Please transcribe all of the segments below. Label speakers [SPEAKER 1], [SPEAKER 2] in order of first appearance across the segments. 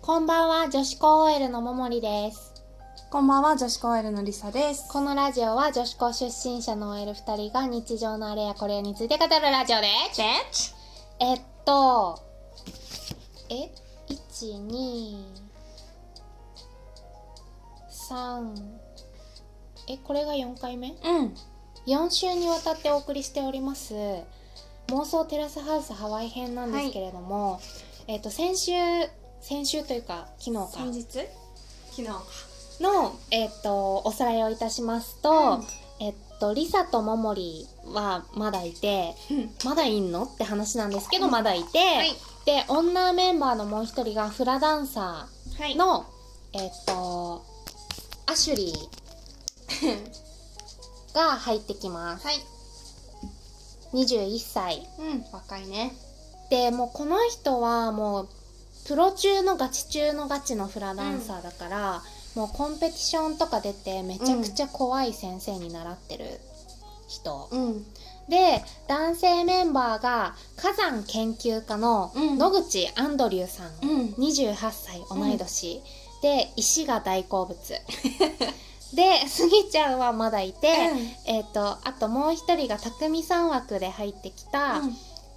[SPEAKER 1] こんばんは、女子高 OL のももりです。
[SPEAKER 2] こんばんは、女子高 L のりさです。
[SPEAKER 1] このラジオは女子高出身者の OL2 人が日常のあれやこれやについて語るラジオです。えっと、え ?1、2、3、え、これが4回目
[SPEAKER 2] うん。
[SPEAKER 1] 4週にわたってお送りしております妄想テラスハウスハワイ編なんですけれども、えっ、と先週先週というか昨日か
[SPEAKER 2] 日昨日か。
[SPEAKER 1] の、えっとおさらいをいたします
[SPEAKER 2] う
[SPEAKER 1] と、
[SPEAKER 2] ん
[SPEAKER 1] えっとリサとモモリはまだいてまだいんのって話なんですけど、
[SPEAKER 2] うん
[SPEAKER 1] まだいて、
[SPEAKER 2] い
[SPEAKER 1] で女メンバーのもう一人がフラダンサ
[SPEAKER 2] は
[SPEAKER 1] ー
[SPEAKER 2] の、
[SPEAKER 1] の、えっとアシュリーが入ってきます
[SPEAKER 2] はい。
[SPEAKER 1] 21歳
[SPEAKER 2] うん。若いね。
[SPEAKER 1] でもうこの人はもうプロ中のガチ中のガチのフラダンサーだから、もうコンペティションとか出てめちゃくちゃ怖い先生に習ってる人、
[SPEAKER 2] うん。
[SPEAKER 1] で男性メンバーが火山研究家の
[SPEAKER 2] うん
[SPEAKER 1] 野口アンドリューさん、
[SPEAKER 2] ん。
[SPEAKER 1] 28歳同い年、で石が大好物 でスギちゃんはまだいて、えっ、とあともう一人が匠さん枠で入ってきた、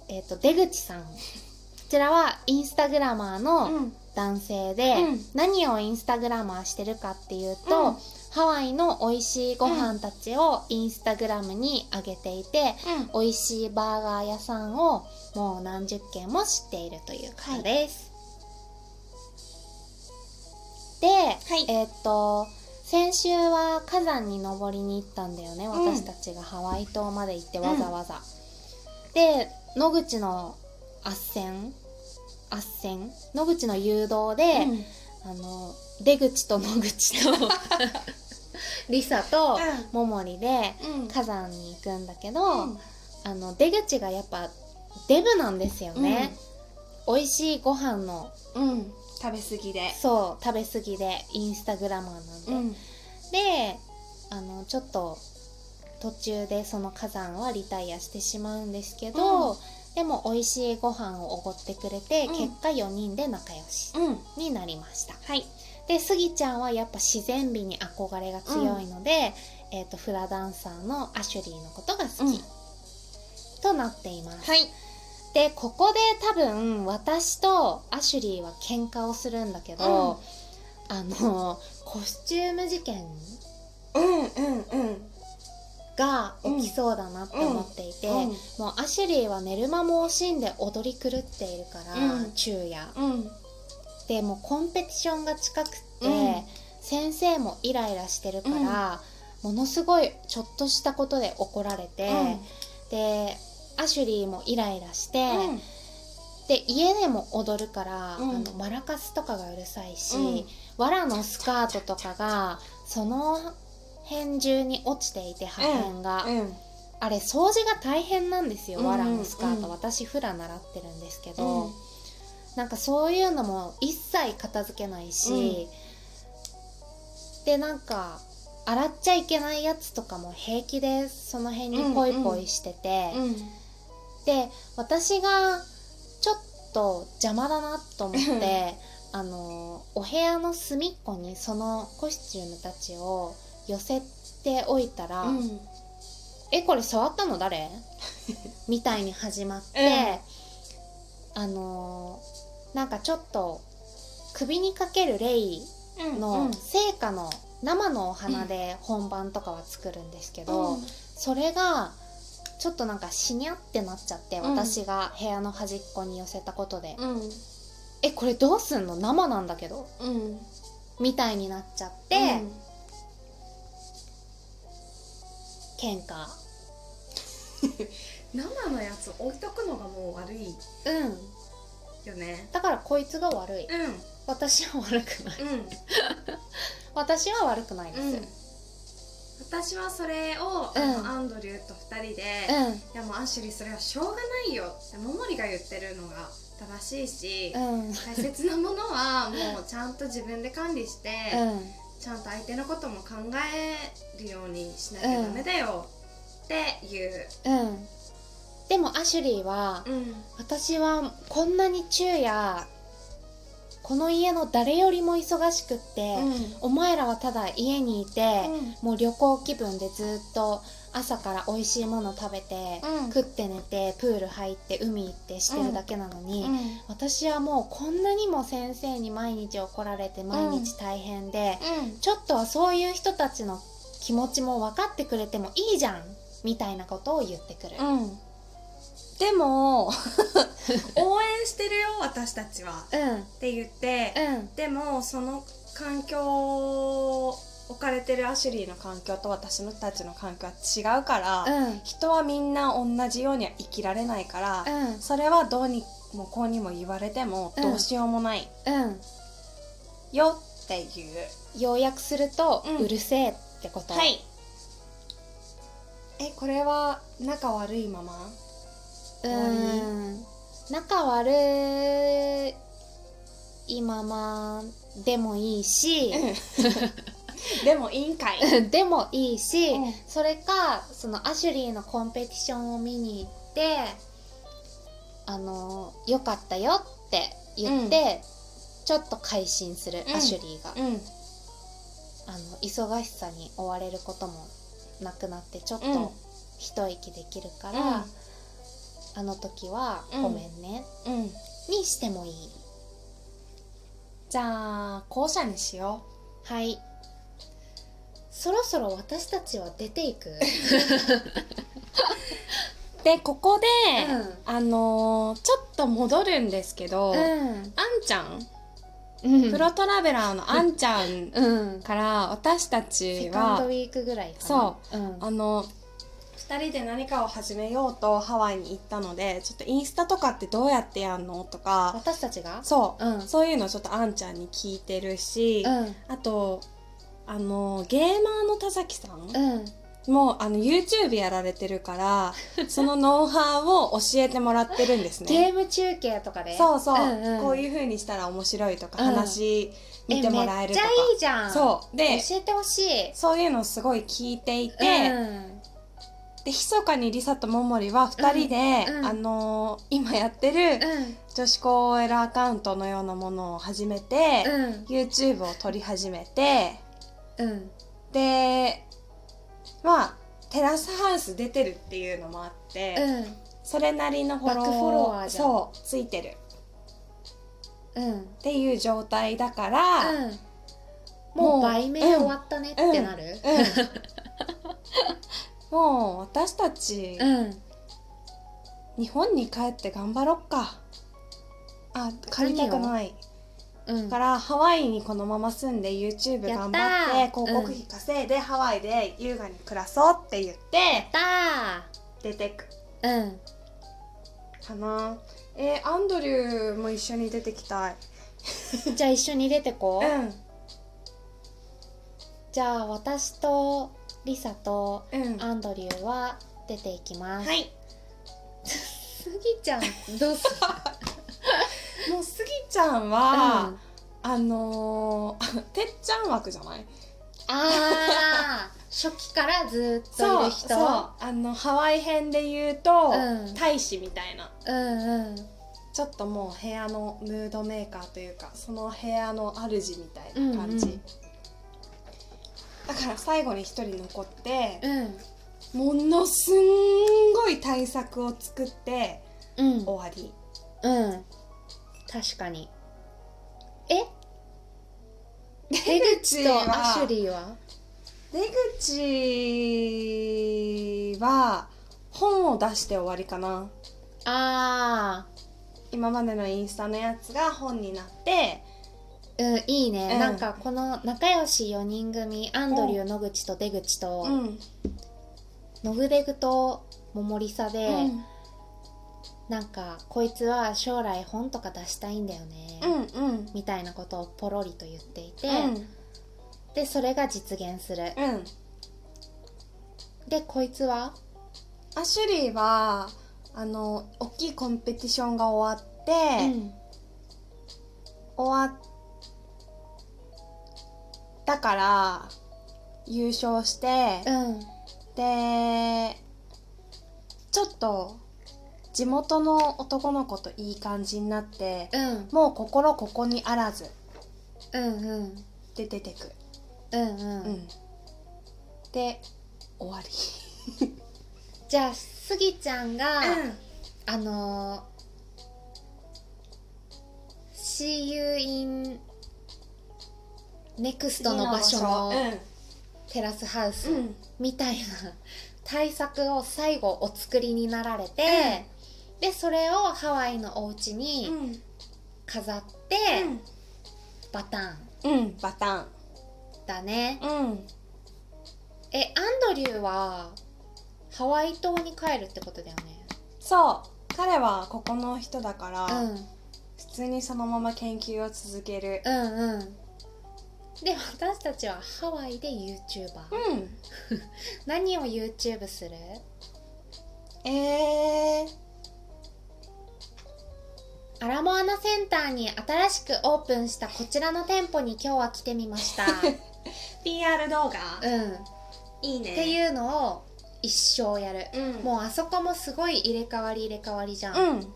[SPEAKER 1] えー、と出口さんこちらはインスタグラマーの
[SPEAKER 2] ん。
[SPEAKER 1] 男性で、
[SPEAKER 2] うん
[SPEAKER 1] 何をインスタグラマーしてるかっていうと、
[SPEAKER 2] うん
[SPEAKER 1] ハワイの美味しいご飯たちをインスタグラムに上げていて、美味しいバーガー屋さんをもう何十軒も知っているという方です。
[SPEAKER 2] い
[SPEAKER 1] で、えっ、と先週は火山に登りに行ったんだよね、
[SPEAKER 2] ん
[SPEAKER 1] 私たちがハワイ島まで行ってわざわざ。で野口の斡旋斡旋野口の誘導で、
[SPEAKER 2] うん。
[SPEAKER 1] あの出口と野口と リサと
[SPEAKER 2] う
[SPEAKER 1] モモリで
[SPEAKER 2] うん。
[SPEAKER 1] 火山に行くんだけど、あの出口がやっぱデブなんですよね、美味しいご飯の
[SPEAKER 2] うん。食べ過ぎで。
[SPEAKER 1] そう食べ過ぎでインスタグラマーなんで、
[SPEAKER 2] ん。
[SPEAKER 1] であのちょっと途中でその火山はリタイアしてしまうんですけど、
[SPEAKER 2] う
[SPEAKER 1] でも美味しいご飯をおごってくれて、
[SPEAKER 2] うん
[SPEAKER 1] 結果4人で仲良し
[SPEAKER 2] うん。
[SPEAKER 1] になりました
[SPEAKER 2] はい。
[SPEAKER 1] でスギちゃんはやっぱ自然美に憧れが強いので、えー、とフラダンサーのアシュリーのことが好き、
[SPEAKER 2] うん
[SPEAKER 1] となっています
[SPEAKER 2] はい。
[SPEAKER 1] でここで多分私とアシュリーは喧嘩をするんだけど、あのコスチューム事件
[SPEAKER 2] うんうんうん。
[SPEAKER 1] が起きそうだなって思っていて、もうアシュリーは寝る間も惜しんで踊り狂っているから、
[SPEAKER 2] うん
[SPEAKER 1] 昼夜
[SPEAKER 2] うん。
[SPEAKER 1] でもうコンペティションが近くって、
[SPEAKER 2] うん
[SPEAKER 1] 先生もイライラしてるから、ものすごいちょっとしたことで怒られて、でアシュリーもイライラして、
[SPEAKER 2] うん。
[SPEAKER 1] で家でも踊るから、
[SPEAKER 2] うん
[SPEAKER 1] あのマラカスとかがうるさいし、
[SPEAKER 2] うん
[SPEAKER 1] わらのスカートとかがその辺中に落ちていて破片が、
[SPEAKER 2] うん。
[SPEAKER 1] あれ掃除が大変なんですよ、
[SPEAKER 2] うん
[SPEAKER 1] わらのスカート
[SPEAKER 2] うん
[SPEAKER 1] 私フラ習ってるんですけど、
[SPEAKER 2] うん
[SPEAKER 1] なんかそういうのも一切片付けないし、でなんか洗っちゃいけないやつとかも平気でその辺にポイポイしてて。
[SPEAKER 2] うん。
[SPEAKER 1] で私がちょっと邪魔だなと思ってあのお部屋の隅っこにそのコスチュームたちを寄せておいたら「
[SPEAKER 2] うん。
[SPEAKER 1] えこれ触ったの 誰? 」みたいに始まって、あのなんかちょっと首にかけるレイの聖火の生のお花で本番とかは作るんですけど。
[SPEAKER 2] うん。
[SPEAKER 1] それがちょっとなんかしにゃってなっちゃって、
[SPEAKER 2] うん
[SPEAKER 1] 私が部屋の端っこに寄せたことで「
[SPEAKER 2] うん。
[SPEAKER 1] えこれどうすんの生なんだけど
[SPEAKER 2] うん。」
[SPEAKER 1] みたいになっちゃって、
[SPEAKER 2] で、
[SPEAKER 1] 喧嘩
[SPEAKER 2] 生のやつ置いとくのがもう悪い
[SPEAKER 1] うん
[SPEAKER 2] よね。
[SPEAKER 1] だからこいつが悪い
[SPEAKER 2] うん。
[SPEAKER 1] 私は悪くない
[SPEAKER 2] うん。
[SPEAKER 1] 私は悪くないですうん、
[SPEAKER 2] 私はそれを、
[SPEAKER 1] うん
[SPEAKER 2] あのアンドリューと2人で、いやもうアンシュリーそれはしょうがないよってモモリが言ってるのが正しいし、
[SPEAKER 1] うん
[SPEAKER 2] 大切なものはもうちゃんと自分で管理して、
[SPEAKER 1] うん
[SPEAKER 2] ちゃんと相手のことも考えるようにしなきゃダメだよっていう、
[SPEAKER 1] うんでもアシュリーは
[SPEAKER 2] うん
[SPEAKER 1] 私はこんなに昼夜この家の誰よりも忙しくって、お前らはただ家にいて、もう旅行気分でずっと朝から美味しいもの食べて、
[SPEAKER 2] うん
[SPEAKER 1] 食って寝てプール入って海行ってしてるだけなのに、私はもうこんなにも先生に毎日怒られて毎日大変で、ちょっとはそういう人たちの気持ちも分かってくれてもいいじゃんみたいなことを言ってくる、
[SPEAKER 2] うんうんでも応援してるよ私たちは
[SPEAKER 1] うん、うん
[SPEAKER 2] って言ってでもその環境置かれてるアシュリーの環境と私たちの環境は違うから、
[SPEAKER 1] うん
[SPEAKER 2] 人はみんな同じようには生きられないから、
[SPEAKER 1] う
[SPEAKER 2] それはどうにもこうにも言われても
[SPEAKER 1] うん
[SPEAKER 2] どうしようもない
[SPEAKER 1] んうん
[SPEAKER 2] よっていう、
[SPEAKER 1] 要約すると、
[SPEAKER 2] う
[SPEAKER 1] うんるせえってこと
[SPEAKER 2] はいえこれは仲悪いま ま
[SPEAKER 1] う
[SPEAKER 2] 終わり
[SPEAKER 1] ん仲悪いままでもいいし、
[SPEAKER 2] でもいいんかい、
[SPEAKER 1] でもいいし、
[SPEAKER 2] うん
[SPEAKER 1] それかそのアシュリーのコンペティションを見に行ってあのよかったよって言って、ちょっと改心する、
[SPEAKER 2] うん
[SPEAKER 1] アシュリーが、
[SPEAKER 2] うん
[SPEAKER 1] あの忙しさに追われることもなくなってちょっ
[SPEAKER 2] うん
[SPEAKER 1] と一息できるから、
[SPEAKER 2] うん
[SPEAKER 1] あの時は
[SPEAKER 2] うん
[SPEAKER 1] ごめんね、
[SPEAKER 2] うん
[SPEAKER 1] にしてもいい
[SPEAKER 2] じゃあ後者にしよ
[SPEAKER 1] はいそろそろ私たちは出ていく、
[SPEAKER 2] うでここで、
[SPEAKER 1] うん
[SPEAKER 2] あのーちょっと戻るんですけど、あん
[SPEAKER 1] う
[SPEAKER 2] ちゃん、
[SPEAKER 1] ん
[SPEAKER 2] プロトラベラーのあんちゃん
[SPEAKER 1] うん
[SPEAKER 2] から私たち
[SPEAKER 1] セカンドウ
[SPEAKER 2] は
[SPEAKER 1] ィークぐらいかな、
[SPEAKER 2] そう
[SPEAKER 1] うん、
[SPEAKER 2] あの2人で何かを始めようとハワイに行ったのでちょっとインスタとかってどうやってやんのとか
[SPEAKER 1] 私たちが
[SPEAKER 2] そう、
[SPEAKER 1] うん
[SPEAKER 2] そういうのちょっとあんちゃんに聞いてるし、
[SPEAKER 1] うん
[SPEAKER 2] あとあのゲーマーの田崎さん
[SPEAKER 1] うん
[SPEAKER 2] もあの YouTube やられてるからそのノウハウを教えてもらってるんです ね。
[SPEAKER 1] ゲーム中継とかで
[SPEAKER 2] そうそう、
[SPEAKER 1] んん
[SPEAKER 2] こういう風にしたら面白いとか、
[SPEAKER 1] うん
[SPEAKER 2] 話見てもらえるとか
[SPEAKER 1] めっちゃいいじゃん
[SPEAKER 2] そうで
[SPEAKER 1] 教えてほしい
[SPEAKER 2] そういうのすごい聞いていて、
[SPEAKER 1] うん
[SPEAKER 2] で密かにリサとモモリは2人で、
[SPEAKER 1] うんうん
[SPEAKER 2] あのー今やってる
[SPEAKER 1] うん
[SPEAKER 2] 女子高 OL アカウントのようなものを始めて、
[SPEAKER 1] うん
[SPEAKER 2] YouTube を撮り始めて
[SPEAKER 1] うん
[SPEAKER 2] でまあテラスハウス出てるっていうのもあって、
[SPEAKER 1] うん
[SPEAKER 2] それなりのフォロー
[SPEAKER 1] バックフォロワーじゃん
[SPEAKER 2] そうついてる
[SPEAKER 1] うん
[SPEAKER 2] っていう状態だから、
[SPEAKER 1] うんもう売名終わったねってなる
[SPEAKER 2] うん、もう私たち、
[SPEAKER 1] うん
[SPEAKER 2] 日本に帰って頑張ろっかあ帰りたくない
[SPEAKER 1] うん
[SPEAKER 2] だからハワイにこのまま住んで YouTube
[SPEAKER 1] や
[SPEAKER 2] 頑
[SPEAKER 1] っ
[SPEAKER 2] 張
[SPEAKER 1] た
[SPEAKER 2] って
[SPEAKER 1] ー
[SPEAKER 2] 広告費稼いで、ハワイで優雅に暮らそうって言って
[SPEAKER 1] だ
[SPEAKER 2] 出てく
[SPEAKER 1] ーうん
[SPEAKER 2] かなえーアンドリューも一緒に出てきたい
[SPEAKER 1] じゃあ一緒に出てこ
[SPEAKER 2] う
[SPEAKER 1] う、
[SPEAKER 2] ん
[SPEAKER 1] じゃあ私とリサと
[SPEAKER 2] うん
[SPEAKER 1] アンドリューは出ていきます、
[SPEAKER 2] はい
[SPEAKER 1] スギちゃんどうする
[SPEAKER 2] もうスギちゃん
[SPEAKER 1] あ、う
[SPEAKER 2] は、
[SPEAKER 1] ん、
[SPEAKER 2] あのー てっちゃん枠じゃない
[SPEAKER 1] あー初期からずっといる人
[SPEAKER 2] そうあのハワイ編で言うと、
[SPEAKER 1] うん
[SPEAKER 2] 大使みたいな
[SPEAKER 1] うんうん
[SPEAKER 2] ちょっともう部屋のムードメーカーというかその部屋の主みたいな感じ、
[SPEAKER 1] うんうん
[SPEAKER 2] だから最後に一人残って、
[SPEAKER 1] うん
[SPEAKER 2] ものすんごい対策を作って
[SPEAKER 1] うん
[SPEAKER 2] 終わり
[SPEAKER 1] うん確かにえ出口とアシュリーは
[SPEAKER 2] 出口は本を出して終わりかな
[SPEAKER 1] あ
[SPEAKER 2] 今までのインスタのやつが本になって
[SPEAKER 1] ーうんいいね、
[SPEAKER 2] うん
[SPEAKER 1] なんかこの仲良し4人組アンドリュー野口と出口と、
[SPEAKER 2] うん、
[SPEAKER 1] ノグデグとモモリサで、
[SPEAKER 2] うん
[SPEAKER 1] なんかこいつは将来本とか出したいんだよね、
[SPEAKER 2] うんうん
[SPEAKER 1] みたいなことをポロリと言っていて、
[SPEAKER 2] うん
[SPEAKER 1] でそれが実現する、
[SPEAKER 2] うん
[SPEAKER 1] でこいつは
[SPEAKER 2] アシュリーはあの大きいコンペティションが終わって、
[SPEAKER 1] うん
[SPEAKER 2] 終わったから優勝して、
[SPEAKER 1] うん
[SPEAKER 2] でちょっと地元の男の子といい感じになって、
[SPEAKER 1] うん
[SPEAKER 2] もう心ここにあらず
[SPEAKER 1] うんうん
[SPEAKER 2] で出てくる、
[SPEAKER 1] うんうん、
[SPEAKER 2] うんで終わり
[SPEAKER 1] じゃあスギちゃんが、
[SPEAKER 2] う
[SPEAKER 1] あのー、See you in next の場所のテラスハウス
[SPEAKER 2] うんうん
[SPEAKER 1] みたいな対策を最後お作りになられて、でそれをハワイのお家に
[SPEAKER 2] うん
[SPEAKER 1] 飾って、バターン
[SPEAKER 2] うんバタン
[SPEAKER 1] だね
[SPEAKER 2] うん
[SPEAKER 1] えアンドリューはハワイ島に帰るってことだよね
[SPEAKER 2] そう彼はここの人だから、
[SPEAKER 1] うん
[SPEAKER 2] 普通にそのまま研究を続ける
[SPEAKER 1] うんうんで私たちはハワイで YouTuber、
[SPEAKER 2] うん
[SPEAKER 1] 何を YouTube する
[SPEAKER 2] えー、
[SPEAKER 1] アラモアナセンターに新しくオープンしたこちらの店舗に今日は来てみま した、う
[SPEAKER 2] PR 動画、
[SPEAKER 1] ん、っ
[SPEAKER 2] いいね
[SPEAKER 1] て
[SPEAKER 2] う、
[SPEAKER 1] いうのを一生やる、
[SPEAKER 2] うん、
[SPEAKER 1] もうあそこもすごい入れ替わり入れ替わりじゃん、
[SPEAKER 2] うん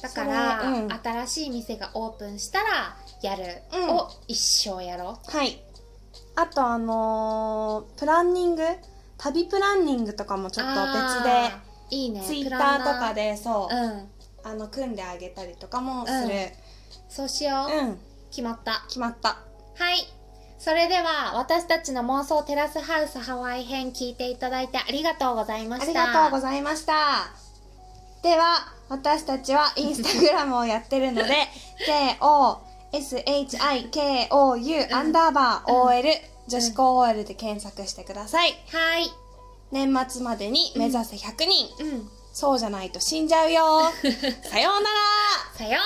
[SPEAKER 1] だから、
[SPEAKER 2] それうん
[SPEAKER 1] 新しい店がオープンしたらやる、
[SPEAKER 2] うん
[SPEAKER 1] を一生やろ
[SPEAKER 2] はいあとあのープランニング旅プランニングとかも
[SPEAKER 1] う
[SPEAKER 2] ちょっと別
[SPEAKER 1] あ
[SPEAKER 2] で
[SPEAKER 1] ーいいね
[SPEAKER 2] ツイッ
[SPEAKER 1] プ
[SPEAKER 2] タ
[SPEAKER 1] ラ
[SPEAKER 2] ー
[SPEAKER 1] ン
[SPEAKER 2] と
[SPEAKER 1] ナ
[SPEAKER 2] かでそう、
[SPEAKER 1] うん
[SPEAKER 2] あの組んであげたりとかもする
[SPEAKER 1] そうしよう、
[SPEAKER 2] うん、
[SPEAKER 1] 決まった
[SPEAKER 2] 決まった
[SPEAKER 1] はい。それでは私たちの妄想テラスハウスハワイ編聞いていただいてありがとうございました。
[SPEAKER 2] ありがとうございましたでは私たちはインスタグラムをやってる ので KOSHIKOU アンダーバー OL 女子高 OL で検索してください
[SPEAKER 1] はい。
[SPEAKER 2] 年末までに目指せ100人
[SPEAKER 1] うん。
[SPEAKER 2] そうじゃないと死んじゃうよさようなら
[SPEAKER 1] さようなら。